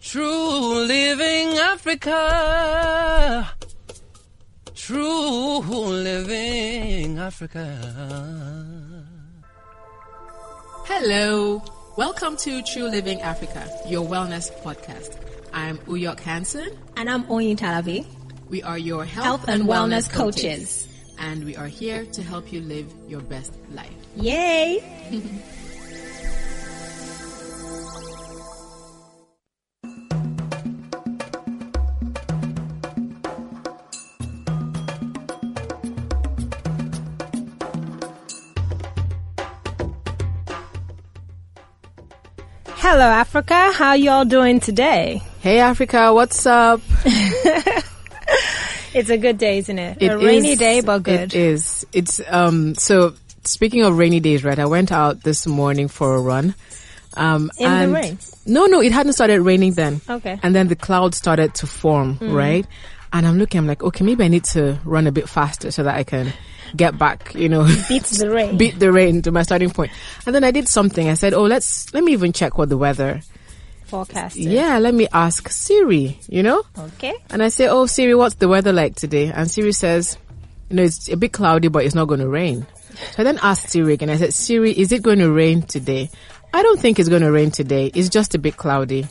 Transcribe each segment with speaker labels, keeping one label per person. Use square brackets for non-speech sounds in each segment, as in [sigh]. Speaker 1: True Living Africa. True Living Africa.
Speaker 2: Hello. Welcome to True Living Africa, your wellness podcast. I'm Uyok Hansen.
Speaker 3: And I'm Oyin Talavi.
Speaker 2: We are your
Speaker 3: Health
Speaker 2: health,
Speaker 3: and wellness
Speaker 2: coaches.
Speaker 3: coaches.
Speaker 2: And we are here to help you live your best life.
Speaker 3: Yay! Hello, Africa. How y'all doing today?
Speaker 2: Hey, Africa, what's up?
Speaker 3: It's a good day, isn't it?
Speaker 2: It
Speaker 3: a rainy
Speaker 2: is-
Speaker 3: day, but good.
Speaker 2: It is. It's um. So speaking of rainy days, right? I went out this morning for a run. Um,
Speaker 3: In the
Speaker 2: and-
Speaker 3: rain?
Speaker 2: No, no, it hadn't started raining then.
Speaker 3: Okay. Mm-hmm.
Speaker 2: And then the clouds started to form, right? And I'm looking. I'm like, okay, maybe I need to run a bit faster so that I can get back. You know, [laughs]
Speaker 3: Beat the rain.
Speaker 2: beat the rain to my starting point. And then I did something. I said, oh, let's let me even check what the weather.
Speaker 3: Forecast.
Speaker 2: Yeah, let me ask Siri. You know.
Speaker 3: Okay.
Speaker 2: And I say, "Oh Siri, what's the weather like today?" And Siri says, "You know, it's a bit cloudy, but it's not going to rain." So I then asked Siri again. I said, "Siri, is it going to rain today?" I don't think it's going to rain today. It's just a bit cloudy.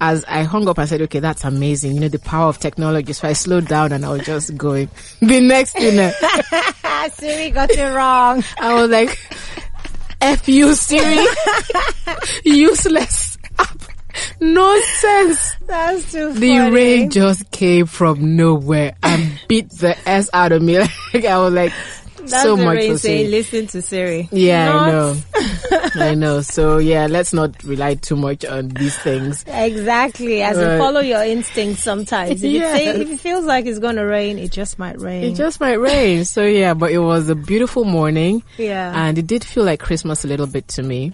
Speaker 2: As I hung up, I said, "Okay, that's amazing. You know, the power of technology." So I slowed down and I was just going. The next thing, I-
Speaker 3: Ah, Siri got it wrong.
Speaker 2: I was like, "F you, Siri, [laughs] useless." app. Nonsense.
Speaker 3: That's too
Speaker 2: The
Speaker 3: funny.
Speaker 2: rain just came from nowhere and beat the ass out of me. [laughs] Like I was like,
Speaker 3: That's
Speaker 2: so
Speaker 3: the
Speaker 2: much
Speaker 3: rain
Speaker 2: for
Speaker 3: saying,
Speaker 2: Siri.
Speaker 3: listen to Siri.
Speaker 2: Yeah, I
Speaker 3: Not- [laughs]
Speaker 2: know. I know. So yeah, let's not rely too much on these things.
Speaker 3: Exactly. As
Speaker 2: Right.
Speaker 3: in follow your instincts sometimes. If,
Speaker 2: Yes.
Speaker 3: it say, if it feels like it's going to rain, it just might rain.
Speaker 2: It just might rain. So yeah, but it was a beautiful morning.
Speaker 3: Yeah.
Speaker 2: And it did feel like Christmas a little bit to me.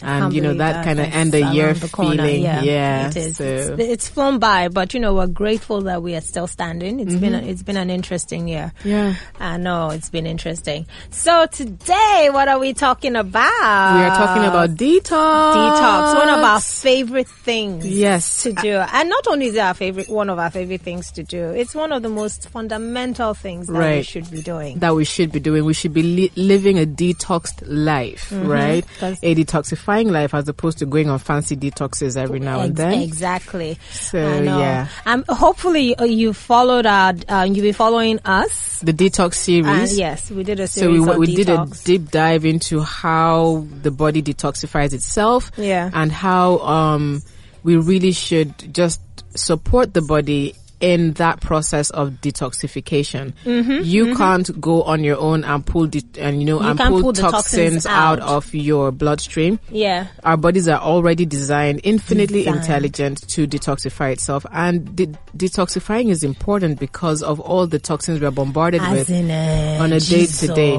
Speaker 2: And
Speaker 3: Can't
Speaker 2: you know
Speaker 3: believe
Speaker 2: that kind of
Speaker 3: That's
Speaker 2: end the year
Speaker 3: around the corner.
Speaker 2: feeling.
Speaker 3: Yeah,
Speaker 2: Yeah,
Speaker 3: it is.
Speaker 2: so-
Speaker 3: It's, it's flown by, but you know we're grateful that we are still standing. It's been a, it's been an interesting year.
Speaker 2: Mm-hmm. Yeah.
Speaker 3: I know it's been interesting. So today, what are we talking about?
Speaker 2: we are talking about detox.
Speaker 3: Uh, detox. One of our favorite things.
Speaker 2: Yes.
Speaker 3: To do, and not only is it our favorite, one of our favorite things to do. It's one of the most fundamental things that we
Speaker 2: Right.
Speaker 3: should be doing.
Speaker 2: that we should be doing. We should be li- living a detoxed life, right?
Speaker 3: Mm-hmm. That's-
Speaker 2: a detoxifying life as opposed to going on fancy detoxes every now and
Speaker 3: Ex-
Speaker 2: then.
Speaker 3: Exactly.
Speaker 2: So,
Speaker 3: I know.
Speaker 2: yeah.
Speaker 3: Um, hopefully uh, you followed our, uh, you've been following us.
Speaker 2: The detox
Speaker 3: And
Speaker 2: series.
Speaker 3: yes, we did a
Speaker 2: So
Speaker 3: series
Speaker 2: we, we
Speaker 3: of
Speaker 2: did a
Speaker 3: detox.
Speaker 2: deep dive into how the body detoxifies itself
Speaker 3: Yeah.
Speaker 2: and how um, we really should just support the body in that process of detoxification.
Speaker 3: Mm-hmm,
Speaker 2: you can't go on your own and pull de- and you know and
Speaker 3: can't
Speaker 2: pull,
Speaker 3: pull the
Speaker 2: toxins,
Speaker 3: toxins
Speaker 2: out.
Speaker 3: out.
Speaker 2: of your bloodstream.
Speaker 3: yeah.
Speaker 2: our bodies are already designed infinitely
Speaker 3: Designed.
Speaker 2: intelligent to detoxify itself and de- detoxifying is important because of all the toxins we're bombarded with
Speaker 3: in a,
Speaker 2: on a day to day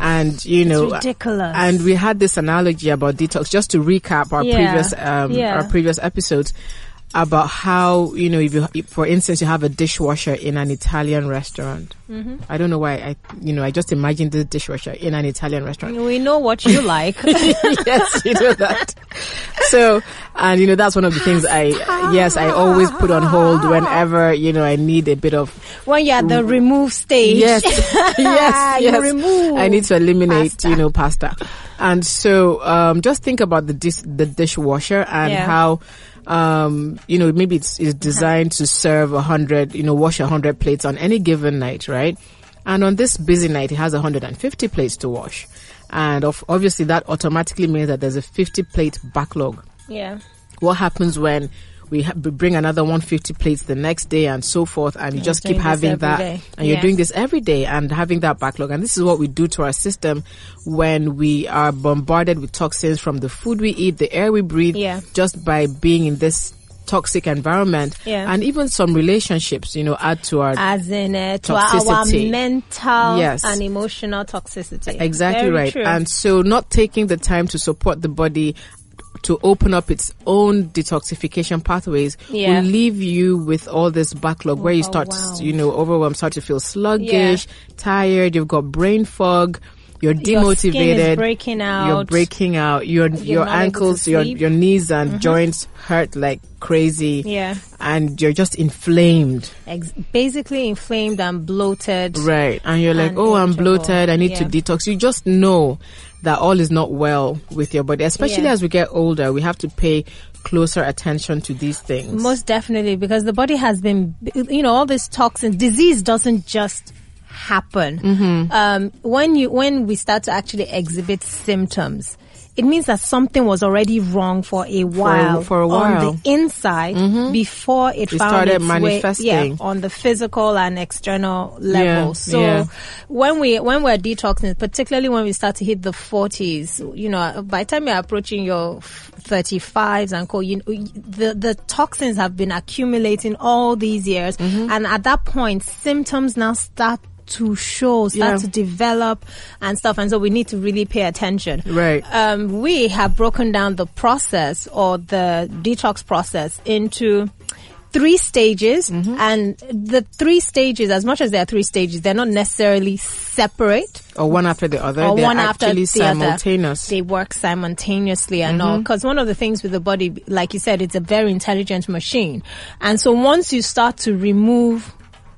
Speaker 2: and you know
Speaker 3: ridiculous.
Speaker 2: and we had this analogy about detox just to recap our
Speaker 3: Yeah.
Speaker 2: previous um
Speaker 3: Yeah.
Speaker 2: our previous episodes about how you know if you if, for instance you have a dishwasher in an Italian restaurant
Speaker 3: Mm-hmm.
Speaker 2: I don't know why I you know I just imagined the dishwasher in an Italian
Speaker 3: [laughs]
Speaker 2: restaurant [laughs]
Speaker 3: We know what you like.
Speaker 2: yes, you know that. So, and you know, that's one of the things I, yes, I always put on hold whenever, you know, I need a bit of,
Speaker 3: when you're
Speaker 2: [laughs]
Speaker 3: at the remove stage.
Speaker 2: yes,
Speaker 3: [laughs]
Speaker 2: yes,
Speaker 3: You
Speaker 2: yes.
Speaker 3: remove
Speaker 2: I need to eliminate, you know, pasta. And so, um, just think about the dis- the dishwasher and
Speaker 3: Yeah.
Speaker 2: how, um, you know, maybe it's, it's designed to serve a hundred, you know, wash a hundred plates on any given night, right? And on this busy night, it has 150 plates to wash. And of, obviously that automatically means that there's a 50 plate backlog
Speaker 3: Yeah.
Speaker 2: what happens when we ha- b- bring another 150 plates the next day and so forth and you just keep
Speaker 3: doing this
Speaker 2: having
Speaker 3: every
Speaker 2: that
Speaker 3: day.
Speaker 2: and you're
Speaker 3: Yeah.
Speaker 2: doing this every day and having that backlog and this is what we do to our system when we are bombarded with toxins from the food we eat the air we breathe
Speaker 3: Yeah.
Speaker 2: just by being in this toxic environment
Speaker 3: Yeah.
Speaker 2: and even some relationships you know add to our
Speaker 3: As in uh, to our
Speaker 2: Toxicity.
Speaker 3: mental
Speaker 2: Yes. E-,
Speaker 3: and emotional toxicity.
Speaker 2: Exactly
Speaker 3: Very
Speaker 2: right.
Speaker 3: true.
Speaker 2: And so not taking the time to support the body to open up its own detoxification pathways
Speaker 3: Yeah. Oh,
Speaker 2: will leave you with all this backlog where you start,
Speaker 3: Overwhelmed.
Speaker 2: you know, overwhelmed, start to feel sluggish, tired, you've got brain fog. you're
Speaker 3: Your skin is
Speaker 2: demotivated.
Speaker 3: breaking out.
Speaker 2: You're breaking out. Your your
Speaker 3: not able
Speaker 2: ankles,
Speaker 3: to
Speaker 2: your
Speaker 3: sleep. Mm-hmm.
Speaker 2: your knees and joints hurt like crazy.
Speaker 3: Yeah.
Speaker 2: And you're just inflamed,
Speaker 3: Ex- basically inflamed and bloated.
Speaker 2: right? And you're like,
Speaker 3: And
Speaker 2: oh, I'm
Speaker 3: irritable.
Speaker 2: bloated. I need to
Speaker 3: Yeah.
Speaker 2: detox. You just know that all is not well with your body, especially
Speaker 3: Yeah.
Speaker 2: as we get older. We have to pay closer attention to these things.
Speaker 3: Most definitely, because the body has been, you know, all this toxins. Disease doesn't just happen.
Speaker 2: Mm-hmm.
Speaker 3: Um, when you when we start to actually exhibit symptoms, it means that something was already wrong for a while,
Speaker 2: for a
Speaker 3: on
Speaker 2: while.
Speaker 3: the inside before it,
Speaker 2: It
Speaker 3: found
Speaker 2: started
Speaker 3: its way- yeah,
Speaker 2: manifesting.
Speaker 3: on the physical and external level. so
Speaker 2: yeah.
Speaker 3: when we when we're detoxing, particularly when we start to hit the forties, you know, by the time you're approaching your thirty fives and co, you the the toxins have been accumulating all these years, and at that point, symptoms now start to show, start
Speaker 2: Yeah.
Speaker 3: to develop, and stuff, and so we need to really pay attention.
Speaker 2: Right.
Speaker 3: Um, we have broken down the process or the detox process into three stages and the three stages as much as there are three stages they're not necessarily separate
Speaker 2: or one after the other.
Speaker 3: or
Speaker 2: They're
Speaker 3: one after
Speaker 2: actually
Speaker 3: the other.
Speaker 2: simultaneous. Mm-hmm.
Speaker 3: They work simultaneously and all. Because one of the things with the body, like you said, it's a very intelligent machine. And so once you start to remove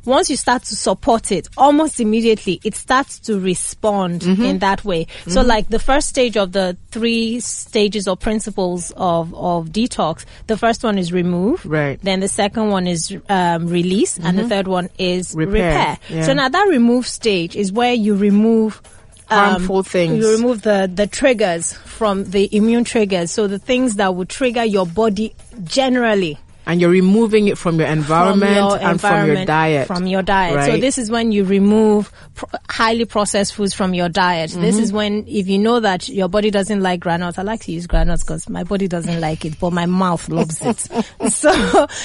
Speaker 3: once you start to support it, almost immediately it starts to respond
Speaker 2: Mm-hmm.
Speaker 3: in that way. So, like the first stage of the three stages or principles of, of detox, the first one is remove.
Speaker 2: Right. Mm-hmm.
Speaker 3: Then the second one is um, release. And the third one is repair.
Speaker 2: Repair. Yeah.
Speaker 3: So, now that remove stage is where you remove
Speaker 2: Harmful things.
Speaker 3: Um, you remove the, the triggers from the immune triggers. So the things that would trigger your body generally.
Speaker 2: and you're removing it from your
Speaker 3: From
Speaker 2: environment
Speaker 3: your
Speaker 2: and from your
Speaker 3: environment,
Speaker 2: diet.
Speaker 3: From your diet. So
Speaker 2: Right.
Speaker 3: this is when you remove pr- highly processed foods from your diet. This
Speaker 2: Mm-hmm.
Speaker 3: is when, if you know that your body doesn't like granules, I like to use granules because my body doesn't like it, but my mouth loves
Speaker 2: [laughs]
Speaker 3: it. so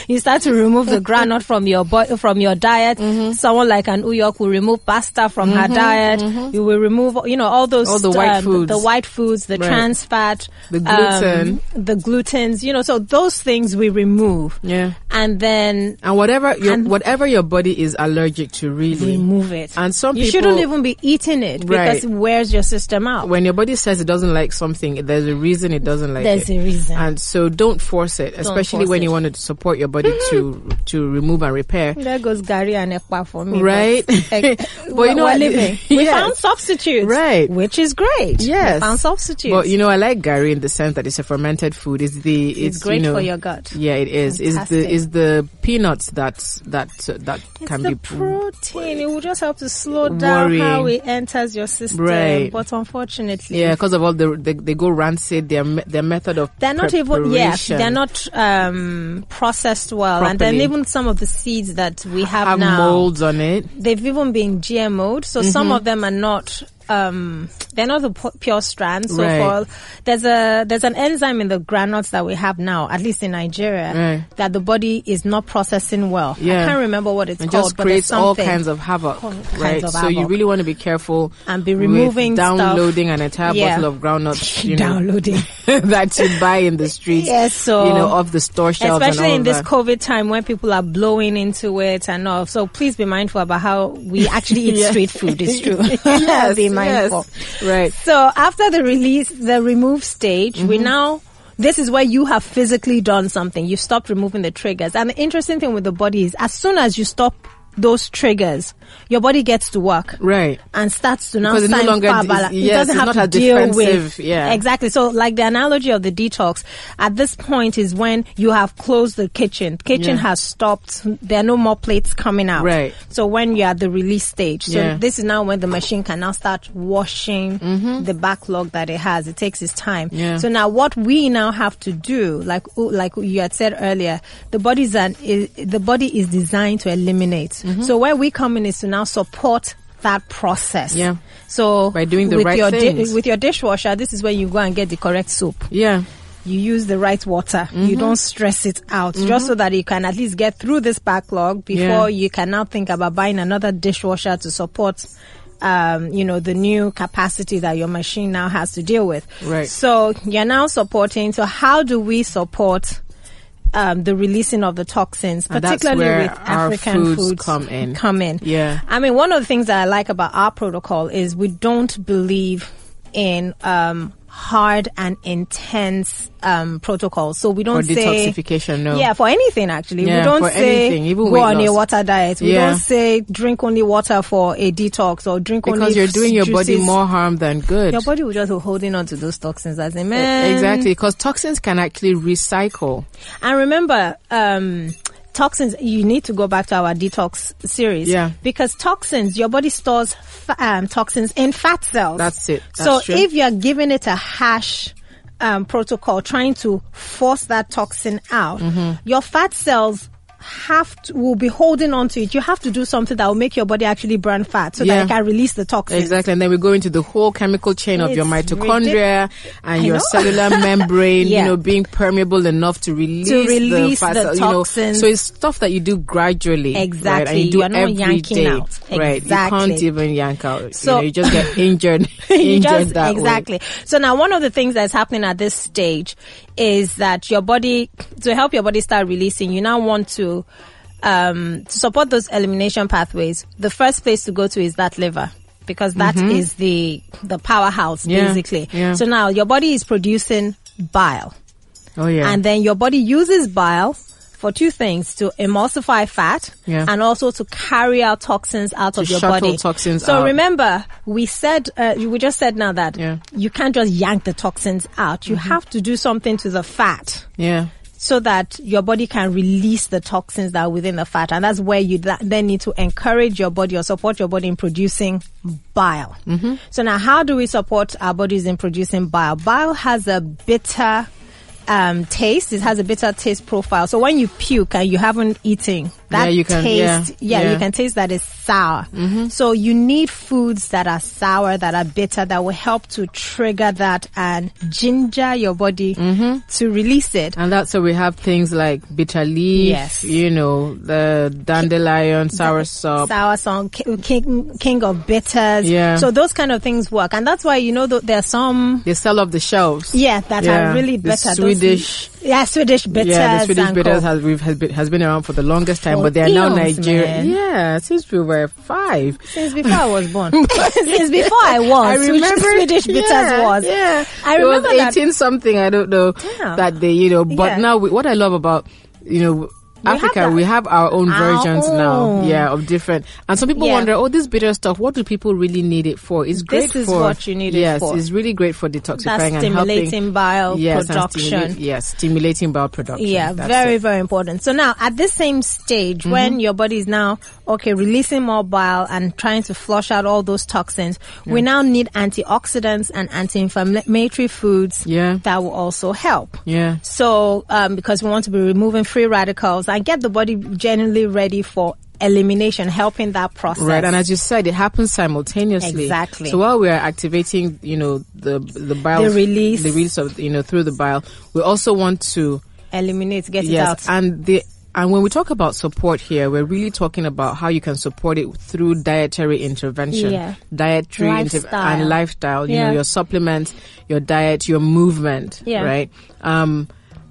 Speaker 3: you start to remove the granite from your bo- from your diet.
Speaker 2: Mm-hmm.
Speaker 3: Someone like an Uyok will remove pasta from her diet. You will remove, you know, all those
Speaker 2: Mm-hmm.
Speaker 3: um,
Speaker 2: All the white foods.
Speaker 3: the white foods, the
Speaker 2: Right.
Speaker 3: trans fat,
Speaker 2: The
Speaker 3: um,
Speaker 2: gluten.
Speaker 3: the glutens. You know, so those things we remove.
Speaker 2: yeah.
Speaker 3: And then
Speaker 2: And whatever your
Speaker 3: And-
Speaker 2: whatever your body is allergic to, really,
Speaker 3: remove it.
Speaker 2: And some
Speaker 3: you
Speaker 2: people-
Speaker 3: shouldn't even be eating it because
Speaker 2: Right.
Speaker 3: it wears your system out.
Speaker 2: when your body says it doesn't like something, there's a reason it doesn't like
Speaker 3: There's
Speaker 2: it.
Speaker 3: a reason.
Speaker 2: And so don't force it, especially
Speaker 3: force
Speaker 2: when
Speaker 3: it. Mm-hmm.
Speaker 2: you want to support your body to to remove and repair.
Speaker 3: there goes Gary and Ekpa for me.
Speaker 2: Right?
Speaker 3: But,
Speaker 2: [laughs] But you
Speaker 3: we're,
Speaker 2: know
Speaker 3: we're
Speaker 2: what? [laughs]
Speaker 3: living. We
Speaker 2: Yes.
Speaker 3: found substitutes.
Speaker 2: Right.
Speaker 3: Which is great. We
Speaker 2: Yes.
Speaker 3: found substitutes.
Speaker 2: But you know, I like Gary in the sense that it's a fermented food. It's the it's,
Speaker 3: it's, great
Speaker 2: you know,
Speaker 3: for your gut.
Speaker 2: Yeah, it is. Is
Speaker 3: Fantastic.
Speaker 2: the is the peanuts that that that
Speaker 3: It's
Speaker 2: can
Speaker 3: the
Speaker 2: be
Speaker 3: protein. It will just help to slow down how
Speaker 2: Worrying.
Speaker 3: it enters your system.
Speaker 2: Right.
Speaker 3: But unfortunately,
Speaker 2: Yeah, because of all the they, they go rancid. Their me- their method of
Speaker 3: they're not even yeah
Speaker 2: preparation
Speaker 3: they're not um, processed well and then
Speaker 2: Properly.
Speaker 3: even some of the seeds that we have,
Speaker 2: have
Speaker 3: now
Speaker 2: molds on it.
Speaker 3: they've even been GMO'd, so
Speaker 2: Mm-hmm.
Speaker 3: some of them are not. Um, they're not the pu- pure strands. So
Speaker 2: Right.
Speaker 3: for there's a there's an enzyme in the granules that we have now, at least in Nigeria,
Speaker 2: Right.
Speaker 3: that the body is not processing well. I
Speaker 2: Yeah.
Speaker 3: can't remember what it's
Speaker 2: It
Speaker 3: called,
Speaker 2: just
Speaker 3: but there's
Speaker 2: creates all
Speaker 3: something.
Speaker 2: kinds of havoc,
Speaker 3: All kinds
Speaker 2: right?
Speaker 3: of
Speaker 2: so you
Speaker 3: havoc.
Speaker 2: really want to be careful
Speaker 3: And be
Speaker 2: with
Speaker 3: removing stuff.
Speaker 2: downloading an entire
Speaker 3: Yeah.
Speaker 2: bottle of
Speaker 3: [laughs]
Speaker 2: groundnuts, you know, [laughs]
Speaker 3: downloading,
Speaker 2: that you buy
Speaker 3: [laughs]
Speaker 2: in the streets,
Speaker 3: Yes, so-
Speaker 2: you know, off the store shelves, and
Speaker 3: especially
Speaker 2: all
Speaker 3: in
Speaker 2: of
Speaker 3: this
Speaker 2: that.
Speaker 3: COVID time when people are blowing into it and all. So please be mindful about how we actually eat
Speaker 2: [laughs] Yeah.
Speaker 3: street food. It's true.
Speaker 2: [laughs]
Speaker 3: [laughs]
Speaker 2: yes,
Speaker 3: be mindful.
Speaker 2: yes, right?
Speaker 3: So after the release, the remove stage, we now. This is where you have physically done something. You stopped removing the triggers. And the interesting thing with the body is as soon as you stop those triggers, your body gets to work
Speaker 2: Right.
Speaker 3: and starts to now
Speaker 2: Because it no
Speaker 3: sign
Speaker 2: longer
Speaker 3: far
Speaker 2: is-
Speaker 3: bala- it
Speaker 2: yes,
Speaker 3: doesn't
Speaker 2: it's
Speaker 3: have
Speaker 2: not
Speaker 3: to
Speaker 2: as
Speaker 3: deal with
Speaker 2: defensive, yeah.
Speaker 3: exactly so like the analogy of the detox at this point is when you have closed the kitchen kitchen
Speaker 2: Yeah.
Speaker 3: has stopped there are no more plates coming out
Speaker 2: Right.
Speaker 3: so when you're at the release stage so
Speaker 2: Yeah.
Speaker 3: this is now when the machine can now start washing the backlog that it has it takes its time
Speaker 2: Mm-hmm. Yeah.
Speaker 3: so now what we now have to do like like you had said earlier the body's an is, the body is designed to eliminate
Speaker 2: Mm-hmm.
Speaker 3: so where we come in is to now support that process
Speaker 2: Yeah.
Speaker 3: so
Speaker 2: By doing the
Speaker 3: with
Speaker 2: right
Speaker 3: your di-
Speaker 2: things.
Speaker 3: with your dishwasher, this is where you go and get the correct soap.
Speaker 2: Yeah.
Speaker 3: You use the right water. You
Speaker 2: Mm-hmm.
Speaker 3: don't stress it out, just so that you can at least get through this backlog before
Speaker 2: Yeah.
Speaker 3: you can now think about buying another dishwasher to support. Um, you know the new capacity that your machine now has to deal with.
Speaker 2: Right.
Speaker 3: So you're now supporting. So how do we support um, the releasing of the toxins,
Speaker 2: And that's
Speaker 3: particularly
Speaker 2: where
Speaker 3: with
Speaker 2: our
Speaker 3: African
Speaker 2: foods
Speaker 3: foods
Speaker 2: come in.
Speaker 3: Come in.
Speaker 2: Yeah.
Speaker 3: I mean, one of the things that I like about our protocol is we don't believe in um, hard and intense um, protocols. So we
Speaker 2: for
Speaker 3: don't say
Speaker 2: detoxification. No.
Speaker 3: yeah, for anything actually.
Speaker 2: Yeah,
Speaker 3: we don't
Speaker 2: for
Speaker 3: say
Speaker 2: anything, even
Speaker 3: go
Speaker 2: weight
Speaker 3: on a
Speaker 2: loss.
Speaker 3: water diet. We
Speaker 2: Yeah.
Speaker 3: don't say drink only water for a detox or drink only
Speaker 2: because you're doing your body
Speaker 3: juices.
Speaker 2: more harm than good.
Speaker 3: Your body will just be holding on to those toxins as a man.
Speaker 2: E-, Exactly, because toxins can actually recycle.
Speaker 3: And remember, um, toxins, you need to go back to our detox series.
Speaker 2: Yeah.
Speaker 3: Because toxins, your body stores fa- um, toxins in fat cells.
Speaker 2: That's it. That's
Speaker 3: so
Speaker 2: true.
Speaker 3: if you're giving it a harsh um, protocol, trying to force that toxin out,
Speaker 2: Mm-hmm.
Speaker 3: your fat cells have to, will be holding on to it. You have to do something that will make your body actually burn fat so
Speaker 2: Yeah.
Speaker 3: that it can release the toxins.
Speaker 2: Exactly, and then we go into the whole chemical chain of your
Speaker 3: It's
Speaker 2: mitochondria and
Speaker 3: I
Speaker 2: your
Speaker 3: know. [laughs]
Speaker 2: cellular membrane,
Speaker 3: Yeah.
Speaker 2: you know, being permeable enough to release,
Speaker 3: release
Speaker 2: the, fat
Speaker 3: the
Speaker 2: cells, You know.
Speaker 3: toxins.
Speaker 2: So it's stuff that you do gradually, Right? And
Speaker 3: Exactly.
Speaker 2: you do
Speaker 3: You are not
Speaker 2: every
Speaker 3: yanking
Speaker 2: day,
Speaker 3: out.
Speaker 2: right? You can't
Speaker 3: Exactly.
Speaker 2: even yank out.
Speaker 3: So-
Speaker 2: you, know, you just get
Speaker 3: [laughs]
Speaker 2: injured,
Speaker 3: You
Speaker 2: injured
Speaker 3: just-
Speaker 2: that way.
Speaker 3: exactly. So now one of the things that's happening at this stage is that your body to help your body start releasing, you now want to um to support those elimination pathways. The first place to go to is that liver because that is the the powerhouse
Speaker 2: Mm-hmm. Yeah,
Speaker 3: basically.
Speaker 2: yeah.
Speaker 3: So now your body is producing bile.
Speaker 2: Oh yeah,
Speaker 3: And then your body uses bile for two things to emulsify fat
Speaker 2: Yeah.
Speaker 3: and also to carry out toxins out of your
Speaker 2: shuttle
Speaker 3: body.
Speaker 2: toxins
Speaker 3: so
Speaker 2: out.
Speaker 3: remember, we said, uh, you- we just said now that
Speaker 2: Yeah. Mm-hmm.
Speaker 3: you can't just yank the toxins out. You have to do something to the fat
Speaker 2: yeah.
Speaker 3: so that your body can release the toxins that are within the fat. And that's where you tha- then need to encourage your body or support your body in producing bile. Mm-hmm. So now how do we support our bodies in producing bile? Bile has a bitter um, taste. It has a bitter taste profile. So when you puke and you haven't eaten, that
Speaker 2: Yeah, you can- yeah,
Speaker 3: taste, yeah,
Speaker 2: yeah. Mm-hmm.
Speaker 3: you can taste that is sour. So you need foods that are sour, that are bitter, that will help to trigger that and ginger your body
Speaker 2: Mm-hmm.
Speaker 3: to release it.
Speaker 2: And that's where we have things like bitter leaf,
Speaker 3: Yes.
Speaker 2: you know, the dandelion, sour sop.
Speaker 3: sour song, ki- king, king of bitters.
Speaker 2: Yeah.
Speaker 3: So those kind of things work, and that's why you know th- there are some.
Speaker 2: They sell off the shelves.
Speaker 3: Yeah, that
Speaker 2: Yeah,
Speaker 3: are really
Speaker 2: the
Speaker 3: bitter. Those-
Speaker 2: Swedish-
Speaker 3: yeah, Swedish bitters.
Speaker 2: yeah, the Swedish
Speaker 3: and
Speaker 2: bitters
Speaker 3: co.
Speaker 2: has, we've, has, been, has been around for the longest time,
Speaker 3: For
Speaker 2: but they are now
Speaker 3: eons,
Speaker 2: Nigerian.
Speaker 3: man.
Speaker 2: Yeah, since we were five.
Speaker 3: Since before I
Speaker 2: [laughs]
Speaker 3: was born. Since before I was.
Speaker 2: I
Speaker 3: Swedish-
Speaker 2: remember
Speaker 3: Swedish bitters
Speaker 2: yeah,
Speaker 3: was.
Speaker 2: Yeah,
Speaker 3: I
Speaker 2: it
Speaker 3: remember
Speaker 2: was
Speaker 3: that.
Speaker 2: eighteen something. I don't know
Speaker 3: Damn.
Speaker 2: that they, you know. But
Speaker 3: Yeah.
Speaker 2: now, we, what I love about you know.
Speaker 3: have
Speaker 2: Africa,
Speaker 3: that.
Speaker 2: we have our own
Speaker 3: Our
Speaker 2: versions now,
Speaker 3: own.
Speaker 2: yeah, of different. And some people
Speaker 3: Yeah.
Speaker 2: wonder, oh, this bitter stuff, what do people really need it for? It's great
Speaker 3: is
Speaker 2: for
Speaker 3: what you need it
Speaker 2: yes,
Speaker 3: for.
Speaker 2: it's really great for detoxifying
Speaker 3: That's
Speaker 2: and helping.
Speaker 3: stimulating bile
Speaker 2: yes, and
Speaker 3: production.
Speaker 2: stimulate- yes, stimulating bowel production.
Speaker 3: Yeah,
Speaker 2: That's it.
Speaker 3: very,
Speaker 2: Mm-hmm.
Speaker 3: very important. So now at this same stage, when your body is now, okay, releasing more bile and trying to flush out all those toxins, we now need antioxidants and anti-inflammatory foods
Speaker 2: Yeah.
Speaker 3: that will also help.
Speaker 2: yeah.
Speaker 3: So, um, because we want to be removing free radicals and get the body generally ready for elimination, helping that process.
Speaker 2: Right, and as you said, it happens simultaneously.
Speaker 3: Exactly.
Speaker 2: So while we are activating, you know, the the bile
Speaker 3: The release.
Speaker 2: the release of you know through the bile, we also want to
Speaker 3: eliminate, get it out.
Speaker 2: yes, and the and when we talk about support here, we're really talking about how you can support it through dietary intervention,
Speaker 3: Yeah.
Speaker 2: dietary interv-
Speaker 3: Lifestyle.
Speaker 2: and lifestyle. You know,
Speaker 3: Yeah.
Speaker 2: your supplements, your diet, your movement,
Speaker 3: Yeah.
Speaker 2: right? Um,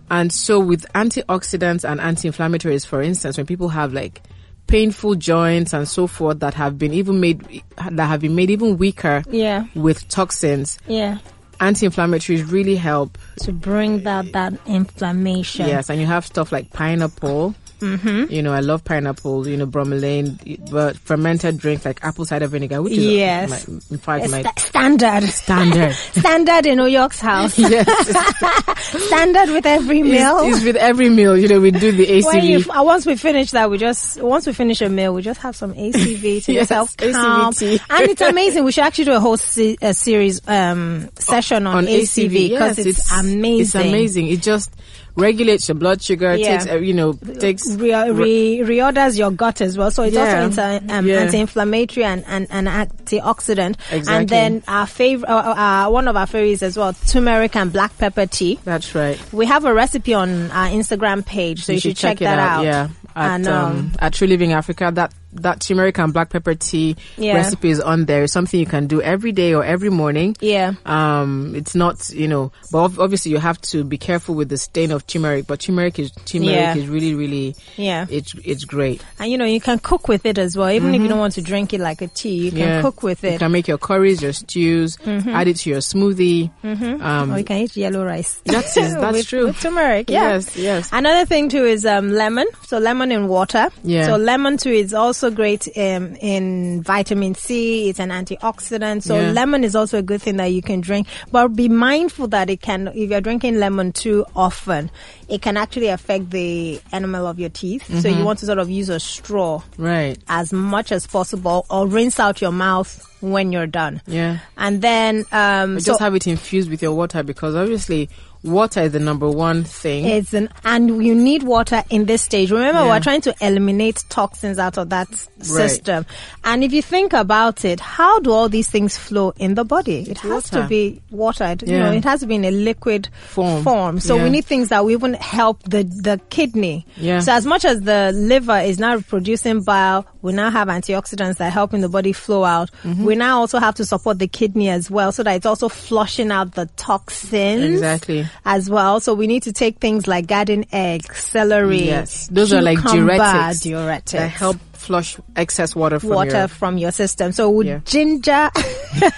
Speaker 2: and so with antioxidants and anti-inflammatories, for instance, when people have like painful joints and so forth that have been even made that have been made even weaker
Speaker 3: Yeah.
Speaker 2: with toxins,
Speaker 3: Yeah.
Speaker 2: anti-inflammatories really help
Speaker 3: To bring out that inflammation.
Speaker 2: Yes, and you have stuff like pineapple. Mm-hmm. You know, I love pineapple. You know, bromelain, but fermented drinks like apple cider vinegar, which is uh,
Speaker 3: Yes.
Speaker 2: my, in fact
Speaker 3: It's
Speaker 2: my
Speaker 3: sta- standard.
Speaker 2: standard.
Speaker 3: [laughs]
Speaker 2: [laughs]
Speaker 3: standard in York's house.
Speaker 2: yes, it's,
Speaker 3: standard with every meal.
Speaker 2: it's with every meal. You know, we do the
Speaker 3: when
Speaker 2: ACV.
Speaker 3: you, uh, once we finish that, we just once we finish a meal, we just have some [laughs] ACV to
Speaker 2: Yes,
Speaker 3: yourself calm,
Speaker 2: ACVT.
Speaker 3: and it's amazing. We should actually do a whole se- a series um, session on, ACV because
Speaker 2: yes,
Speaker 3: it's, amazing.
Speaker 2: It's amazing. It just regulates your blood sugar.
Speaker 3: Yeah.
Speaker 2: Takes uh, you know takes
Speaker 3: Re- uh, re- reorders your gut as well, so it's
Speaker 2: Yeah.
Speaker 3: also inter- um,
Speaker 2: Yeah.
Speaker 3: anti-inflammatory and, and, and antioxidant.
Speaker 2: Exactly.
Speaker 3: And then our favorite, uh, uh, one of our favorites as well, turmeric and black pepper tea.
Speaker 2: That's right.
Speaker 3: We have a recipe on our Instagram page, so you, should check, that out.
Speaker 2: Yeah, at
Speaker 3: and,
Speaker 2: um,
Speaker 3: um,
Speaker 2: at True Living Africa. That that turmeric and black pepper tea
Speaker 3: Yeah.
Speaker 2: recipe is on there. It's something you can do every day or every morning.
Speaker 3: Yeah.
Speaker 2: Um, it's not, you know, but ob- obviously you have to be careful with the stain of turmeric, but turmeric is, turmeric
Speaker 3: Yeah.
Speaker 2: is really, really,
Speaker 3: Yeah.
Speaker 2: it's, it's great.
Speaker 3: And you know, you can cook with it as well. Even if you don't want to drink it like a tea, you can
Speaker 2: Mm-hmm. Yeah.
Speaker 3: cook with
Speaker 2: You
Speaker 3: it. Mm-hmm.
Speaker 2: can make your curries, your stews, add it to your smoothie. Um,
Speaker 3: or you can eat yellow rice.
Speaker 2: That's
Speaker 3: [laughs]
Speaker 2: it. That's
Speaker 3: Mm-hmm. With-
Speaker 2: true.
Speaker 3: with turmeric, yeah.
Speaker 2: Yes, yes.
Speaker 3: Another thing too is um, lemon. So lemon in water.
Speaker 2: Yeah.
Speaker 3: So lemon too is also great um, in vitamin C. It's an antioxidant. So
Speaker 2: Yeah.
Speaker 3: lemon is also a good thing that you can drink. But be mindful that it can, if you're drinking lemon too often, it can actually affect the enamel of your teeth. So
Speaker 2: Mm-hmm.
Speaker 3: you want to sort of use a straw
Speaker 2: Right.
Speaker 3: as much as possible, or rinse out your mouth when you're done.
Speaker 2: Yeah.
Speaker 3: And then um,
Speaker 2: But
Speaker 3: so
Speaker 2: just have it infused with your water because obviously water is the number one thing.
Speaker 3: It's an and you need water in this stage. Remember,
Speaker 2: Yeah.
Speaker 3: we're trying to eliminate toxins out of that s- system. And if you think about it, how do all these things flow in the body? It has
Speaker 2: water.
Speaker 3: to be water. It- You know,
Speaker 2: Yeah.
Speaker 3: it has to be in a liquid
Speaker 2: Form.
Speaker 3: form. So
Speaker 2: Yeah.
Speaker 3: we need things that will even help the the kidney.
Speaker 2: Yeah.
Speaker 3: So as much as the liver is now producing bile, we now have antioxidants that help in the body flow out.
Speaker 2: Mm-hmm.
Speaker 3: We now also have to support the kidney as well, so that it's also flushing out the toxins
Speaker 2: Exactly.
Speaker 3: as well. So we need to take things like garden eggs, celery.
Speaker 2: Yes, those are like
Speaker 3: cucumber,
Speaker 2: diuretics,
Speaker 3: diuretics.
Speaker 2: that help flush excess water from
Speaker 3: water
Speaker 2: your.
Speaker 3: from your system. So it would
Speaker 2: Yeah. [laughs]
Speaker 3: ginger [laughs]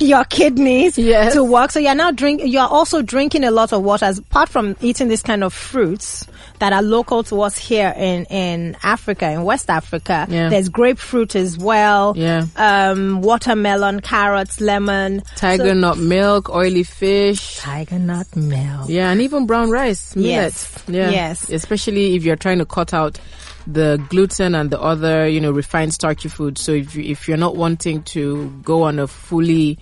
Speaker 3: your kidneys
Speaker 2: Yes.
Speaker 3: to work. So you're now drink you're also drinking a lot of water as, apart from eating this kind of fruits that are local to us here in, in Africa, in West Africa.
Speaker 2: Yeah.
Speaker 3: There's grapefruit as well.
Speaker 2: Yeah.
Speaker 3: Um watermelon, carrots, lemon.
Speaker 2: Tiger
Speaker 3: So-
Speaker 2: nut milk, oily fish.
Speaker 3: tiger nut milk.
Speaker 2: Yeah, and even brown rice, millet.
Speaker 3: Yes.
Speaker 2: Yeah.
Speaker 3: Yes.
Speaker 2: Especially if you're trying to cut out the gluten and the other, you know, refined starchy food. So if you, if you're not wanting to go on a fully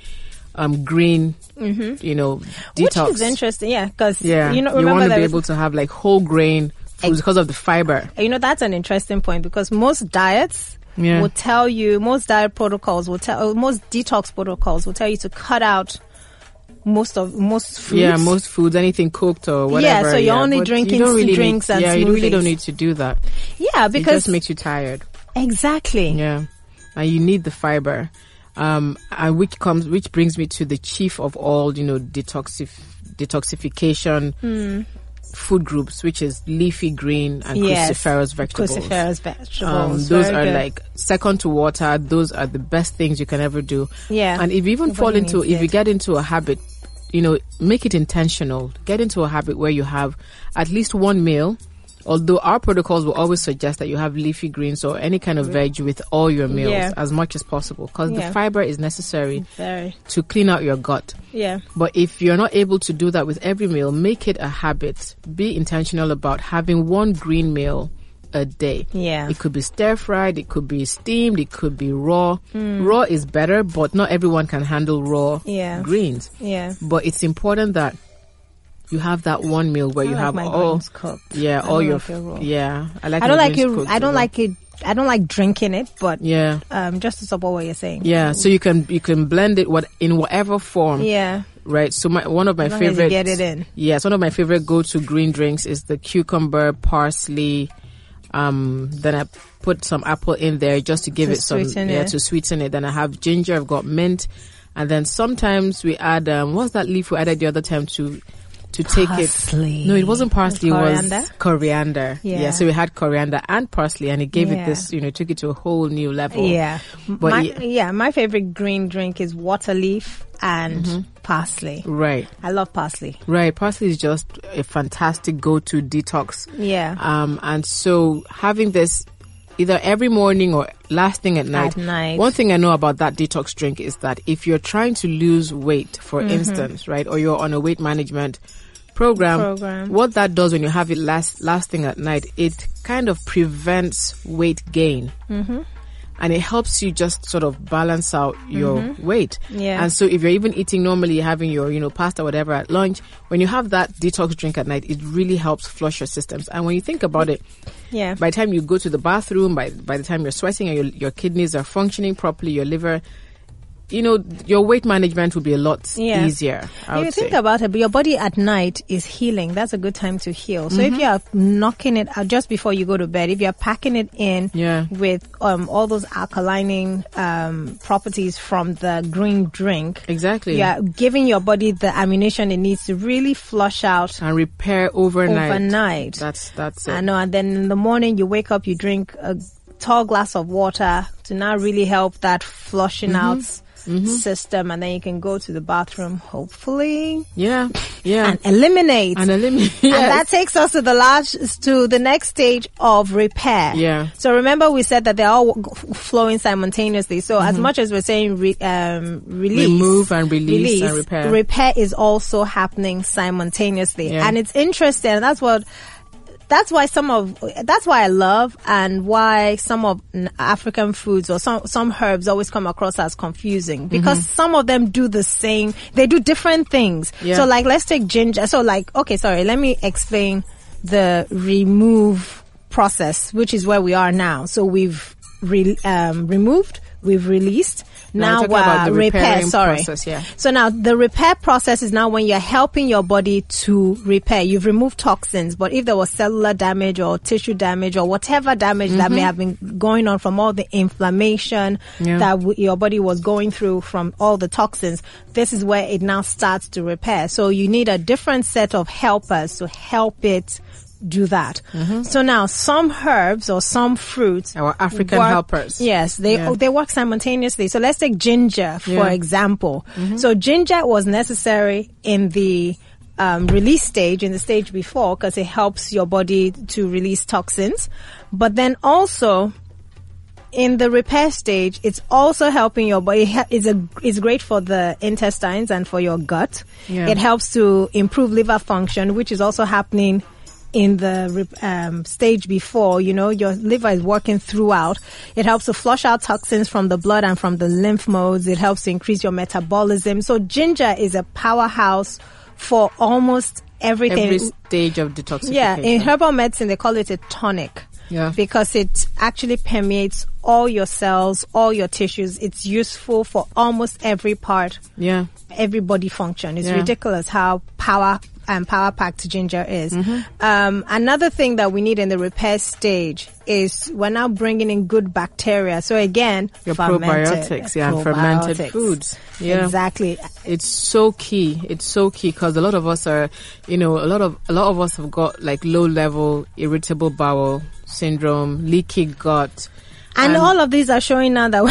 Speaker 2: um, green, you know, detox,
Speaker 3: Mm-hmm. Which is interesting, yeah, because
Speaker 2: yeah,
Speaker 3: you know,
Speaker 2: you
Speaker 3: remember
Speaker 2: want to
Speaker 3: that
Speaker 2: be able to have like whole grain foods because of the fiber.
Speaker 3: you know that's an interesting point because most diets
Speaker 2: Yeah.
Speaker 3: will tell you, most diet protocols will tell, uh, most detox protocols will tell you to cut out most of most foods.
Speaker 2: Yeah, most foods, anything cooked or whatever.
Speaker 3: so you're only
Speaker 2: but
Speaker 3: drinking
Speaker 2: you don't really
Speaker 3: drinks
Speaker 2: need,
Speaker 3: and
Speaker 2: yeah, you really
Speaker 3: smoothies.
Speaker 2: don't need to do that.
Speaker 3: yeah,
Speaker 2: It just
Speaker 3: because
Speaker 2: makes you tired.
Speaker 3: exactly,
Speaker 2: Yeah, and you need the fiber, um, and which comes, which brings me to the chief of all, you know, detoxif- detoxification
Speaker 3: Hmm.
Speaker 2: food groups, which is leafy green and
Speaker 3: Yes.
Speaker 2: cruciferous vegetables.
Speaker 3: cruciferous
Speaker 2: Um,
Speaker 3: vegetables.
Speaker 2: those
Speaker 3: Very
Speaker 2: are
Speaker 3: good.
Speaker 2: like second to water. Those are the best things you can ever do.
Speaker 3: Yeah.
Speaker 2: And if you even
Speaker 3: Nobody
Speaker 2: fall into,
Speaker 3: needs
Speaker 2: if you
Speaker 3: it.
Speaker 2: get into a habit, you know, make it intentional. Get into a habit where you have at least one meal. Although our protocols will always suggest that you have leafy greens or any kind of veg with all your meals
Speaker 3: Yeah.
Speaker 2: as much as possible because
Speaker 3: Yeah.
Speaker 2: the fiber is necessary
Speaker 3: very
Speaker 2: to clean out your gut.
Speaker 3: yeah.
Speaker 2: But if you're not able to do that with every meal, make it a habit. Be intentional about having one green meal a day.
Speaker 3: Yeah.
Speaker 2: It could be stir fried, it could be steamed, it could be raw. Raw is better, but not everyone can handle raw
Speaker 3: Hmm. Yeah.
Speaker 2: greens.
Speaker 3: Yeah.
Speaker 2: But it's important that you have that one meal where
Speaker 3: I
Speaker 2: you
Speaker 3: like
Speaker 2: have
Speaker 3: my
Speaker 2: all
Speaker 3: greens cooked.
Speaker 2: yeah,
Speaker 3: I
Speaker 2: all
Speaker 3: don't
Speaker 2: your
Speaker 3: like it raw.
Speaker 2: yeah. I like
Speaker 3: I don't
Speaker 2: my
Speaker 3: like
Speaker 2: greens
Speaker 3: it.
Speaker 2: cooked
Speaker 3: I don't
Speaker 2: raw.
Speaker 3: like it. I don't like drinking it, but
Speaker 2: yeah.
Speaker 3: um, just to support what you're saying.
Speaker 2: Yeah, so you can you can blend it what in whatever form.
Speaker 3: Yeah.
Speaker 2: right? So my one of my
Speaker 3: As long as you
Speaker 2: favorite
Speaker 3: get it in.
Speaker 2: Yes, one of my favorite go-to green drinks is the cucumber parsley. Um, then I put some apple in there just to give
Speaker 3: To
Speaker 2: it some
Speaker 3: sweeten
Speaker 2: yeah
Speaker 3: it.
Speaker 2: to sweeten it. Then I have ginger. I've got mint, and then sometimes we add um, what's that leaf we added the other time to to take
Speaker 3: Parsley.
Speaker 2: it? No, it wasn't parsley. It was
Speaker 3: Coriander?
Speaker 2: coriander.
Speaker 3: Yeah.
Speaker 2: So we had coriander and parsley, and it gave
Speaker 3: Yeah.
Speaker 2: it this. You know, took it to a whole new level.
Speaker 3: Yeah.
Speaker 2: But
Speaker 3: my,
Speaker 2: yeah.
Speaker 3: yeah. my favorite green drink is water leaf and
Speaker 2: Mm-hmm.
Speaker 3: parsley.
Speaker 2: Right.
Speaker 3: I love parsley.
Speaker 2: Right, parsley is just a fantastic go-to detox.
Speaker 3: Yeah.
Speaker 2: Um, and so having this either every morning or last thing at night.
Speaker 3: At night.
Speaker 2: One thing I know about that detox drink is that if you're trying to lose weight, for
Speaker 3: Mm-hmm.
Speaker 2: instance, right, or you're on a weight management program,
Speaker 3: Program.
Speaker 2: what that does when you have it last last thing at night, it kind of prevents weight gain.
Speaker 3: Mm.
Speaker 2: Mm-hmm. And it helps you just sort of balance out your weight.
Speaker 3: Mm-hmm. Yeah.
Speaker 2: And so if you're even eating normally, having your, you know, pasta, whatever at lunch, when you have that detox drink at night, it really helps flush your systems. And when you think about it,
Speaker 3: Yeah.
Speaker 2: by the time you go to the bathroom, by by the time you're sweating and your your kidneys are functioning properly, your liver, you know, your weight management would be a lot
Speaker 3: Yeah.
Speaker 2: easier. I
Speaker 3: If you
Speaker 2: would
Speaker 3: think
Speaker 2: say.
Speaker 3: about it, but your body at night is healing. That's a good time to heal. So
Speaker 2: Mm-hmm.
Speaker 3: if you are knocking it out just before you go to bed, if you are packing it in
Speaker 2: Yeah.
Speaker 3: with um, all those alkalining um, properties from the green drink,
Speaker 2: Exactly.
Speaker 3: you are giving your body the ammunition it needs to really flush out
Speaker 2: And repair overnight.
Speaker 3: overnight.
Speaker 2: That's that's it.
Speaker 3: I know. And then in the morning, you wake up, you drink a tall glass of water to now really help that flushing
Speaker 2: Mm-hmm.
Speaker 3: out system, and then you can go to the bathroom, hopefully,
Speaker 2: Yeah. Yeah.
Speaker 3: and eliminate.
Speaker 2: and eliminate.
Speaker 3: [laughs] And that takes us to the last, to the next stage of repair.
Speaker 2: Yeah.
Speaker 3: So remember, we said that they're all w- g- flowing simultaneously. So as much as we're saying re, um, release,
Speaker 2: Mm-hmm. Remove and release and repair.
Speaker 3: is also happening simultaneously,
Speaker 2: Yeah.
Speaker 3: and it's interesting. And that's what. That's why some of that's why I love and why some of n- African foods or some some herbs always come across as
Speaker 2: Mm-hmm.
Speaker 3: confusing because some of them do the same they do different things.
Speaker 2: Yeah.
Speaker 3: So like let's take ginger. So like okay, sorry, let me explain the remove process, which is where we are now. So we've re- um, removed, we've released.
Speaker 2: Now
Speaker 3: Now,
Speaker 2: we're
Speaker 3: we're,
Speaker 2: talking about the
Speaker 3: repair.
Speaker 2: repairing
Speaker 3: Sorry.
Speaker 2: process, yeah.
Speaker 3: So now the repair process is now when you're helping your body to repair. You've removed toxins, but if there was cellular damage or tissue damage or whatever damage that may have been going on from all the inflammation
Speaker 2: Mm-hmm. Yeah.
Speaker 3: that w- your body was going through from all the toxins, this is where it now starts to repair. So you need a different set of helpers to help it do that. So now some herbs or some fruits
Speaker 2: Mm-hmm. Our African
Speaker 3: work-
Speaker 2: helpers.
Speaker 3: Yes, they oh,
Speaker 2: Yeah.
Speaker 3: they work simultaneously. So let's take ginger for
Speaker 2: Yeah. Mm-hmm.
Speaker 3: example. So ginger was necessary in the um, release stage, in the stage before, because it helps your body to release toxins. But then also in the repair stage, it's also helping your body. It is a is great for the intestines and for your gut.
Speaker 2: Yeah.
Speaker 3: It helps to improve liver function, which is also happening in the rep- um, stage before. You know, your liver is working throughout. It helps to flush out toxins from the blood and from the lymph nodes. It helps to increase your metabolism. So ginger is a powerhouse for almost everything.
Speaker 2: Every stage of detoxification.
Speaker 3: Yeah, in herbal medicine, they call it a tonic.
Speaker 2: Yeah.
Speaker 3: Because it actually permeates all your cells, all your tissues. It's useful for almost every part,
Speaker 2: yeah.
Speaker 3: every body function. It's
Speaker 2: Yeah.
Speaker 3: ridiculous how power and power packed ginger is.
Speaker 2: Mm-hmm.
Speaker 3: Um, another thing that we need in the repair stage is we're now bringing in good bacteria. So again,
Speaker 2: Your
Speaker 3: fermented-
Speaker 2: probiotics, yeah, and fermented
Speaker 3: probiotics.
Speaker 2: foods. Yeah.
Speaker 3: exactly.
Speaker 2: It's so key. It's so key because a lot of us are, you know, a lot of a lot of us have got like low level irritable bowel syndrome, leaky gut.
Speaker 3: And,
Speaker 2: And-
Speaker 3: all of these are showing now that [laughs] we're,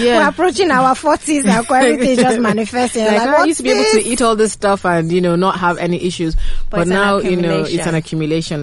Speaker 2: Yeah.
Speaker 3: we're approaching our 40s and everything
Speaker 2: [laughs]
Speaker 3: is just manifesting.
Speaker 2: Like,
Speaker 3: Like,
Speaker 2: I
Speaker 3: what's
Speaker 2: used to be able
Speaker 3: this?
Speaker 2: to eat all this stuff and you know not have any issues, but,
Speaker 3: it's an
Speaker 2: now you know it's an
Speaker 3: accumulation.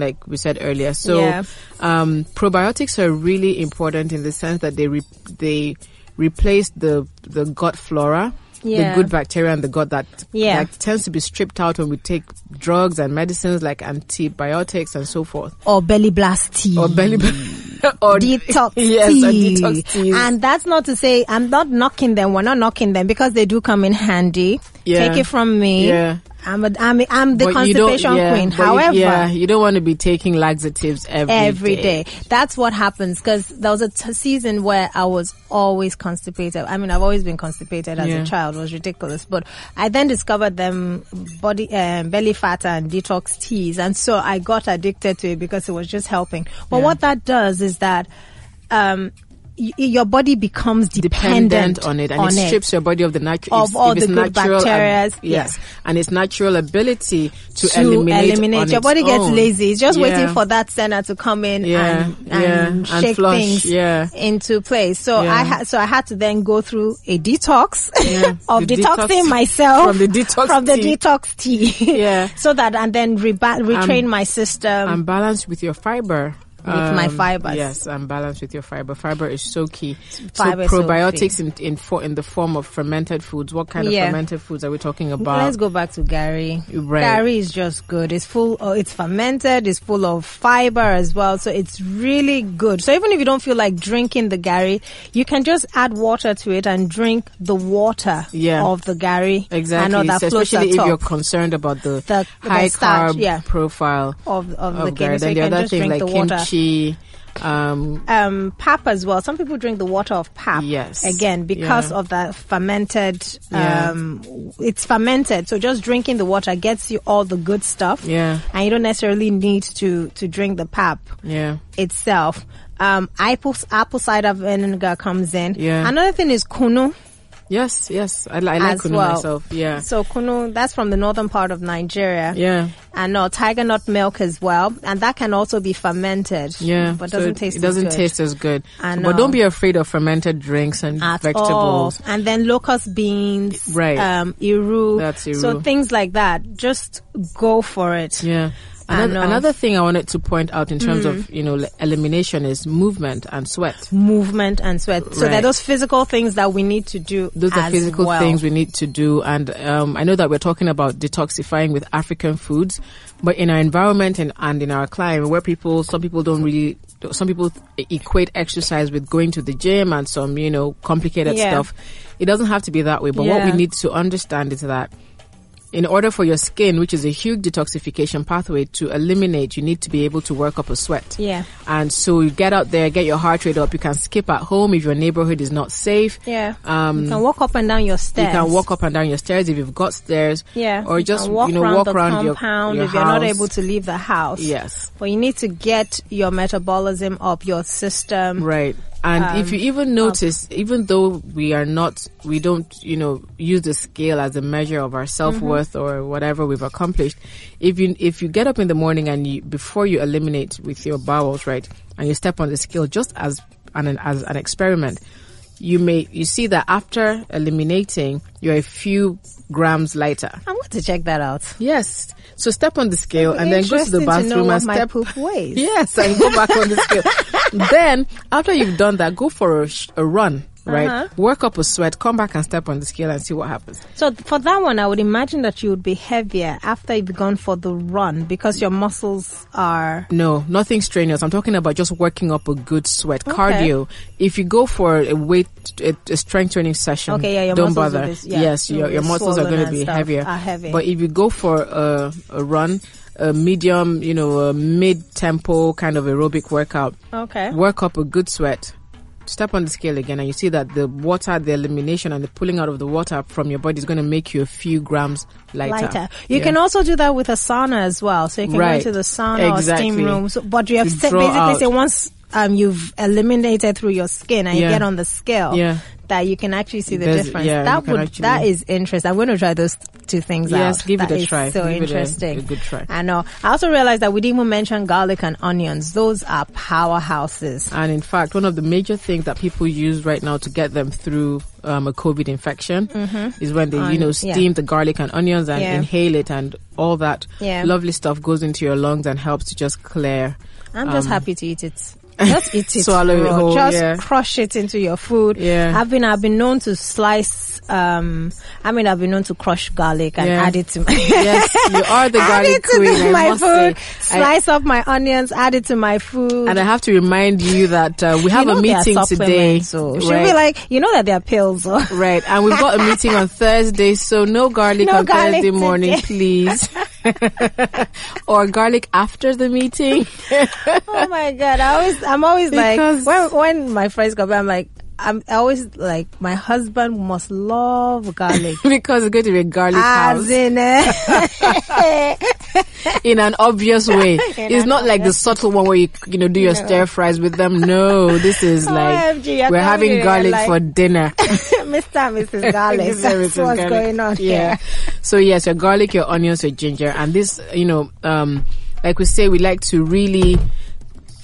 Speaker 2: accumulation, like we said earlier. So
Speaker 3: Yeah.
Speaker 2: um, probiotics are really important in the sense that they re- they replace the the gut flora.
Speaker 3: Yeah.
Speaker 2: The good bacteria and the gut that
Speaker 3: Yeah.
Speaker 2: that tends to be stripped out when we take drugs and medicines like antibiotics and so forth
Speaker 3: Or belly blast tea.
Speaker 2: or belly [laughs] or
Speaker 3: Mm. Detox
Speaker 2: [laughs] yes or
Speaker 3: tea.
Speaker 2: detox teas.
Speaker 3: And that's not to say I'm not knocking them. We're not knocking them because they do come in handy.
Speaker 2: Yeah.
Speaker 3: Take it from me.
Speaker 2: Yeah.
Speaker 3: I'm, a, I'm, a, I'm the
Speaker 2: But you don't-
Speaker 3: constipation
Speaker 2: yeah,
Speaker 3: queen.
Speaker 2: but you-
Speaker 3: However,
Speaker 2: yeah, you don't want to be taking laxatives every
Speaker 3: every day. That's what happens because there was a t- season where I was always constipated. I mean, I've always been constipated as
Speaker 2: Yeah.
Speaker 3: a child. It was ridiculous, but I then discovered them body um, belly fat and detox teas, and so I got addicted to it because it was just helping. But
Speaker 2: Yeah.
Speaker 3: what that does is that. Um, y- your body becomes dependent,
Speaker 2: dependent on it and it strips your body of the natural
Speaker 3: Of all the good bacteria,
Speaker 2: yes.
Speaker 3: yes.
Speaker 2: and its natural ability to,
Speaker 3: to
Speaker 2: eliminate,
Speaker 3: eliminate,
Speaker 2: on
Speaker 3: your
Speaker 2: its
Speaker 3: body gets
Speaker 2: own.
Speaker 3: lazy it's just
Speaker 2: Yeah.
Speaker 3: waiting for that center to come in
Speaker 2: Yeah,
Speaker 3: and, and
Speaker 2: yeah, and
Speaker 3: shake
Speaker 2: flush,
Speaker 3: things
Speaker 2: yeah.
Speaker 3: into place so
Speaker 2: Yeah.
Speaker 3: i ha- so i had to then go through a detox
Speaker 2: Yeah,
Speaker 3: [laughs] of
Speaker 2: the
Speaker 3: detoxing
Speaker 2: detox-
Speaker 3: myself
Speaker 2: from the detox
Speaker 3: oh, from the
Speaker 2: tea.
Speaker 3: detox tea
Speaker 2: Yeah.
Speaker 3: [laughs] so that and then reba- retrain my system
Speaker 2: and balance with your fiber Um,
Speaker 3: With my fibers.
Speaker 2: yes, and balance with your fiber. Fiber is so key.
Speaker 3: Fiber is
Speaker 2: so
Speaker 3: so
Speaker 2: probiotics in in, for, in the form of fermented foods. What kind
Speaker 3: Yeah.
Speaker 2: of fermented foods are we talking about?
Speaker 3: Let's go back to Gary.
Speaker 2: Right.
Speaker 3: Gary is just good. It's full. Oh, it's fermented. It's full of fiber as well. So it's really good. So even if you don't feel like drinking the Gary, you can just add water to it and drink the water
Speaker 2: Yeah.
Speaker 3: of the Gary.
Speaker 2: Exactly.
Speaker 3: I know that
Speaker 2: So
Speaker 3: floats
Speaker 2: especially if
Speaker 3: atop
Speaker 2: you're concerned about the,
Speaker 3: The- the
Speaker 2: high carb
Speaker 3: starch, yeah.
Speaker 2: profile
Speaker 3: of of
Speaker 2: of
Speaker 3: the
Speaker 2: Gary.
Speaker 3: Gary. So
Speaker 2: Then Oh, the
Speaker 3: you can
Speaker 2: other
Speaker 3: just
Speaker 2: thing
Speaker 3: drink
Speaker 2: like
Speaker 3: the water.
Speaker 2: lychee. Um,
Speaker 3: um, pap as well. Some people drink the water of pap.
Speaker 2: Yes.
Speaker 3: Again, because
Speaker 2: Yeah.
Speaker 3: of the fermented.
Speaker 2: Yeah.
Speaker 3: Um, It's fermented, so just drinking the water gets you all the good stuff.
Speaker 2: Yeah.
Speaker 3: And you don't necessarily need to to drink the pap
Speaker 2: yeah.
Speaker 3: itself. Um, apple apple cider vinegar comes in.
Speaker 2: Yeah.
Speaker 3: Another thing is kunu.
Speaker 2: Yes, yes. I, li- I like
Speaker 3: As
Speaker 2: kunu
Speaker 3: well.
Speaker 2: myself. Yeah.
Speaker 3: So kunu, that's from the northern part of Nigeria.
Speaker 2: yeah.
Speaker 3: And no tiger nut milk as well, and that can also be fermented.
Speaker 2: Yeah,
Speaker 3: but
Speaker 2: so
Speaker 3: doesn't
Speaker 2: it,
Speaker 3: taste.
Speaker 2: It
Speaker 3: as
Speaker 2: doesn't
Speaker 3: good.
Speaker 2: taste as good.
Speaker 3: I
Speaker 2: But don't
Speaker 3: know.
Speaker 2: be afraid of fermented drinks and
Speaker 3: at
Speaker 2: vegetables.
Speaker 3: all. And then locust beans,
Speaker 2: Right.
Speaker 3: Um, iru.
Speaker 2: That's
Speaker 3: So
Speaker 2: iru.
Speaker 3: things like that. Just go for it.
Speaker 2: Yeah.
Speaker 3: I
Speaker 2: Another,
Speaker 3: know. Mm.
Speaker 2: another thing I wanted to point out in terms of you know l- elimination is movement and sweat.
Speaker 3: Movement and sweat. So there
Speaker 2: Right.
Speaker 3: are those physical things that we need to do.
Speaker 2: Those are
Speaker 3: as
Speaker 2: physical
Speaker 3: well.
Speaker 2: things we need to do, and um, I know that we're talking about detoxifying with African foods, but in our environment and, and in our climate, where people, some people don't really, some people equate exercise with going to the gym and some you know complicated
Speaker 3: Yeah.
Speaker 2: stuff. It doesn't have to be that way. But what we
Speaker 3: Yeah.
Speaker 2: need to understand is that in order for your skin, which is a huge detoxification pathway, to eliminate, you need to be able to work up a sweat.
Speaker 3: Yeah.
Speaker 2: And so you get out there, get your heart rate up. You can skip at home if your neighborhood is not safe.
Speaker 3: Yeah.
Speaker 2: Um,
Speaker 3: you can walk up and down your
Speaker 2: you
Speaker 3: stairs.
Speaker 2: can walk up and down your stairs if you've got stairs.
Speaker 3: Yeah.
Speaker 2: Or
Speaker 3: you
Speaker 2: just
Speaker 3: can walk
Speaker 2: you know
Speaker 3: around
Speaker 2: walk
Speaker 3: the
Speaker 2: around your,
Speaker 3: compound
Speaker 2: your
Speaker 3: if you're not
Speaker 2: house.
Speaker 3: able to leave the house.
Speaker 2: Yes.
Speaker 3: But you need to get your metabolism up, your system.
Speaker 2: Right. And if
Speaker 3: um,
Speaker 2: you even notice, even though we are not, we don't, you know, use the scale as a measure of
Speaker 3: Mm-hmm.
Speaker 2: our self worth or whatever we've accomplished. If you if you get up in the morning and you before you eliminate with your bowels, right, and you step on the scale just as an as an experiment, you may you see that after eliminating, you're a few grams lighter.
Speaker 3: I'm going to check that out.
Speaker 2: Yes. So step on the scale and then go to
Speaker 3: Interesting
Speaker 2: the bathroom
Speaker 3: to know what
Speaker 2: and
Speaker 3: my
Speaker 2: step.
Speaker 3: poop weighs.
Speaker 2: Yes, and go back on the
Speaker 3: [laughs]
Speaker 2: scale. then after you've done that, go for a, sh- a run. Right,
Speaker 3: Uh-huh.
Speaker 2: work up a sweat, come back and step on the scale and see what happens.
Speaker 3: So th- for that one, I would imagine that you would be heavier after you've gone for the run because your muscles are.
Speaker 2: No, nothing strenuous. I'm talking about just working up a good sweat, cardio. If you go for a weight, a, a strength training session,
Speaker 3: Okay, yeah, your
Speaker 2: don't
Speaker 3: muscles will
Speaker 2: bother.
Speaker 3: be s- yeah,
Speaker 2: yes,
Speaker 3: will
Speaker 2: your,
Speaker 3: be
Speaker 2: your muscles are
Speaker 3: swollen
Speaker 2: going to
Speaker 3: and
Speaker 2: be
Speaker 3: stuff,
Speaker 2: heavier.
Speaker 3: are heavy.
Speaker 2: But if you go for a, a run, a medium, you know, a mid-tempo kind of aerobic workout,
Speaker 3: Okay.
Speaker 2: work up a good sweat step on the scale again and you see that the water the elimination and the pulling out of the water from your body is going to make you a few grams lighter,
Speaker 3: Lighter. You
Speaker 2: Yeah.
Speaker 3: can also do that with a sauna as well. So you can
Speaker 2: Right.
Speaker 3: go into the sauna or
Speaker 2: Exactly.
Speaker 3: steam room. So, but you have
Speaker 2: To
Speaker 3: said
Speaker 2: draw
Speaker 3: basically
Speaker 2: out.
Speaker 3: say once um, you've eliminated through your skin and
Speaker 2: Yeah.
Speaker 3: you get on the scale
Speaker 2: Yeah.
Speaker 3: that you can actually see the
Speaker 2: There's-
Speaker 3: difference.
Speaker 2: yeah, you
Speaker 3: that
Speaker 2: can
Speaker 3: would
Speaker 2: actually-
Speaker 3: that is interesting. I'm going to try those two things
Speaker 2: Yes,
Speaker 3: out.
Speaker 2: give it
Speaker 3: That
Speaker 2: a
Speaker 3: is
Speaker 2: try.
Speaker 3: So
Speaker 2: Give it a-
Speaker 3: interesting.
Speaker 2: a good try.
Speaker 3: I know. I also realized that we didn't even mention garlic and onions. Those are powerhouses.
Speaker 2: and in fact one of the major things that people use right now to get them through um, a covid infection is when they you
Speaker 3: Mm-hmm. On-
Speaker 2: know
Speaker 3: yeah.
Speaker 2: steam the garlic and onions and
Speaker 3: Yeah.
Speaker 2: inhale it and all that
Speaker 3: Yeah.
Speaker 2: lovely stuff goes into your lungs and helps to just clear
Speaker 3: I'm just happy to eat it.
Speaker 2: [laughs]
Speaker 3: Just eat it.
Speaker 2: Um, Swallow it
Speaker 3: raw.
Speaker 2: whole,
Speaker 3: Just
Speaker 2: yeah.
Speaker 3: crush it into your food.
Speaker 2: Yeah.
Speaker 3: I've been I've been known to slice um I mean I've been known to crush garlic and
Speaker 2: Yeah.
Speaker 3: [laughs] add it to
Speaker 2: [laughs]
Speaker 3: my
Speaker 2: yes you are the
Speaker 3: [laughs] add
Speaker 2: garlic
Speaker 3: it to
Speaker 2: queen I
Speaker 3: my
Speaker 2: must
Speaker 3: food.
Speaker 2: say. I-
Speaker 3: Slice up my onions, add it to my food.
Speaker 2: and I have to remind you that uh, we have
Speaker 3: you know
Speaker 2: a
Speaker 3: they are
Speaker 2: meeting today.
Speaker 3: supplements, So
Speaker 2: Right.
Speaker 3: she'll be like, you know that they are pills. oh.
Speaker 2: [laughs] Right, and we've got a meeting on Thursday, so no garlic
Speaker 3: No
Speaker 2: on
Speaker 3: garlic
Speaker 2: Thursday morning,
Speaker 3: today. [laughs]
Speaker 2: please. or garlic after the
Speaker 3: [laughs]
Speaker 2: meeting.
Speaker 3: oh my god! I always, I'm always
Speaker 2: Because-
Speaker 3: like when when my friends come back, I'm like, I'm I always like my husband must
Speaker 2: [laughs]
Speaker 3: love garlic.
Speaker 2: because it's going to be a garlic
Speaker 3: As
Speaker 2: house [laughs]
Speaker 3: in, eh?
Speaker 2: in an obvious
Speaker 3: [laughs]
Speaker 2: way. it's
Speaker 3: an
Speaker 2: not like the subtle one where you you know do your stir fries with them. No, this is
Speaker 3: Oh,
Speaker 2: like
Speaker 3: OMG, you're
Speaker 2: we're
Speaker 3: coming
Speaker 2: having
Speaker 3: in,
Speaker 2: garlic
Speaker 3: like-
Speaker 2: for dinner.
Speaker 3: [laughs] Mr. and
Speaker 2: [laughs]
Speaker 3: Mrs. Garlic.
Speaker 2: This is
Speaker 3: That's what's
Speaker 2: garlic.
Speaker 3: going on
Speaker 2: Yeah.
Speaker 3: here.
Speaker 2: so yes, your garlic, your onions, your ginger, and this, you know, um, like we say, we like to really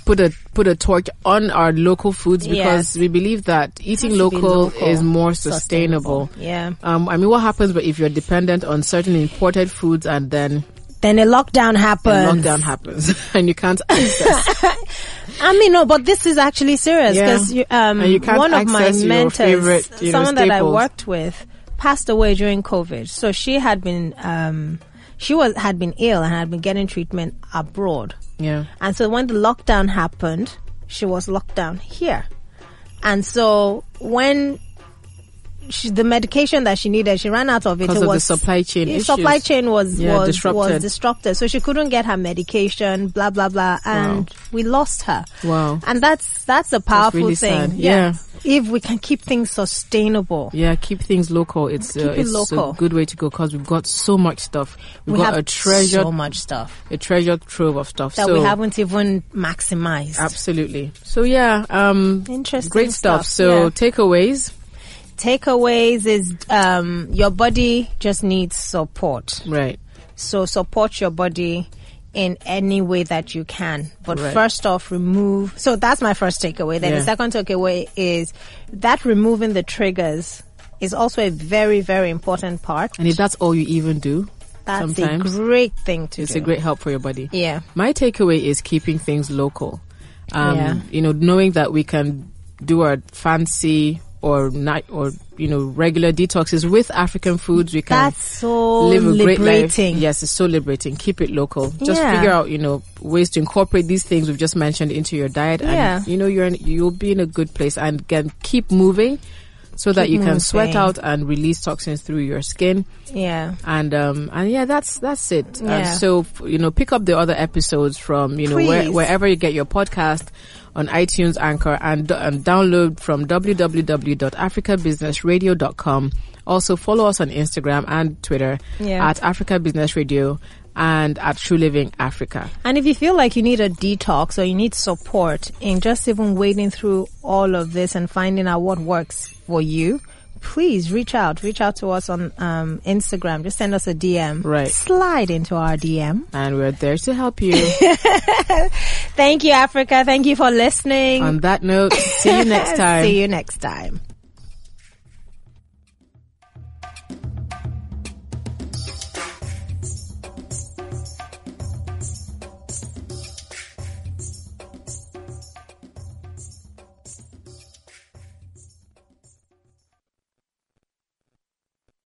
Speaker 2: put a put a torch on our local foods because
Speaker 3: Yes.
Speaker 2: we believe that eating
Speaker 3: Has to be
Speaker 2: local,
Speaker 3: local,
Speaker 2: is more sustainable.
Speaker 3: Yeah.
Speaker 2: Um, I mean, what happens but if you're dependent on certain imported foods and then
Speaker 3: Then a lockdown happens.
Speaker 2: lockdown happens [laughs] and you can't
Speaker 3: [laughs]
Speaker 2: access
Speaker 3: I mean, no, but this is actually serious
Speaker 2: Yeah.
Speaker 3: because um,
Speaker 2: And you can't
Speaker 3: one of my
Speaker 2: access your
Speaker 3: mentors,
Speaker 2: favorite, you know,
Speaker 3: someone that I
Speaker 2: staples.
Speaker 3: worked with, passed away during COVID. So she had been, um, she was had been ill and had been getting treatment abroad.
Speaker 2: yeah
Speaker 3: And so when the lockdown happened, she was locked down here. And so when she, the medication that she needed, she ran out of it.
Speaker 2: because
Speaker 3: it
Speaker 2: of the
Speaker 3: was
Speaker 2: supply chain
Speaker 3: yeah,
Speaker 2: issues.
Speaker 3: supply chain was
Speaker 2: Yeah,
Speaker 3: was was
Speaker 2: disrupted.
Speaker 3: disrupted, so she couldn't get her medication. Blah blah blah, and we lost her.
Speaker 2: Wow.
Speaker 3: And that's that's a powerful
Speaker 2: really sad.
Speaker 3: thing.
Speaker 2: Yeah.
Speaker 3: If we can keep things sustainable.
Speaker 2: Yeah, keep things local. It's uh,
Speaker 3: Keep it
Speaker 2: it's
Speaker 3: local.
Speaker 2: a good way to go because we've got so much stuff. We've
Speaker 3: we
Speaker 2: got
Speaker 3: have
Speaker 2: a treasure
Speaker 3: so much stuff
Speaker 2: a treasure trove of stuff.
Speaker 3: that
Speaker 2: so
Speaker 3: we haven't even maximized.
Speaker 2: absolutely. So yeah, um,
Speaker 3: Interesting
Speaker 2: great stuff.
Speaker 3: stuff,
Speaker 2: So
Speaker 3: yeah.
Speaker 2: takeaways,
Speaker 3: Takeaways is um, your body just needs support.
Speaker 2: right?
Speaker 3: So support your body in any way that you can. But
Speaker 2: Right.
Speaker 3: first off, remove. So that's my first takeaway. Then the
Speaker 2: Yeah.
Speaker 3: second takeaway is that removing the triggers is also a very, very important part.
Speaker 2: And if that's all you even do,
Speaker 3: That's
Speaker 2: sometimes
Speaker 3: a great thing to
Speaker 2: it's
Speaker 3: do.
Speaker 2: a great help for your body.
Speaker 3: yeah.
Speaker 2: My takeaway is keeping things local. Um,
Speaker 3: Yeah.
Speaker 2: You know, knowing that we can do our fancy or night or you know regular detoxes with African foods. We can
Speaker 3: That's so
Speaker 2: live a great
Speaker 3: liberating.
Speaker 2: life. Yes, it's so liberating. Keep it local. Just
Speaker 3: Yeah.
Speaker 2: figure out, you know, ways to incorporate these things we've just mentioned into your diet,
Speaker 3: Yeah.
Speaker 2: and you know, you're in, you'll be in a good place and can keep moving, so that you
Speaker 3: Keep
Speaker 2: can sweat
Speaker 3: moving.
Speaker 2: out and release toxins through your skin.
Speaker 3: Yeah.
Speaker 2: And um and yeah, that's that's it. And
Speaker 3: Yeah.
Speaker 2: so f- you know, pick up the other episodes from you know
Speaker 3: Please.
Speaker 2: where, wherever you get your podcast on iTunes, Anchor, and d- and download from www.africabusinessradio.com. Also follow us on Instagram and Twitter
Speaker 3: Yeah.
Speaker 2: at Africa Business Radio and at True Living Africa.
Speaker 3: And if you feel like you need a detox or you need support in just even wading through all of this and finding out what works for you, please reach out. Reach out to us on um, Instagram. Just send us a DM.
Speaker 2: Right.
Speaker 3: Slide into our DM.
Speaker 2: And we're there to help
Speaker 3: [laughs]
Speaker 2: you.
Speaker 3: Thank you, Africa. Thank you for listening.
Speaker 2: on that note, see you next time.
Speaker 3: See you next time.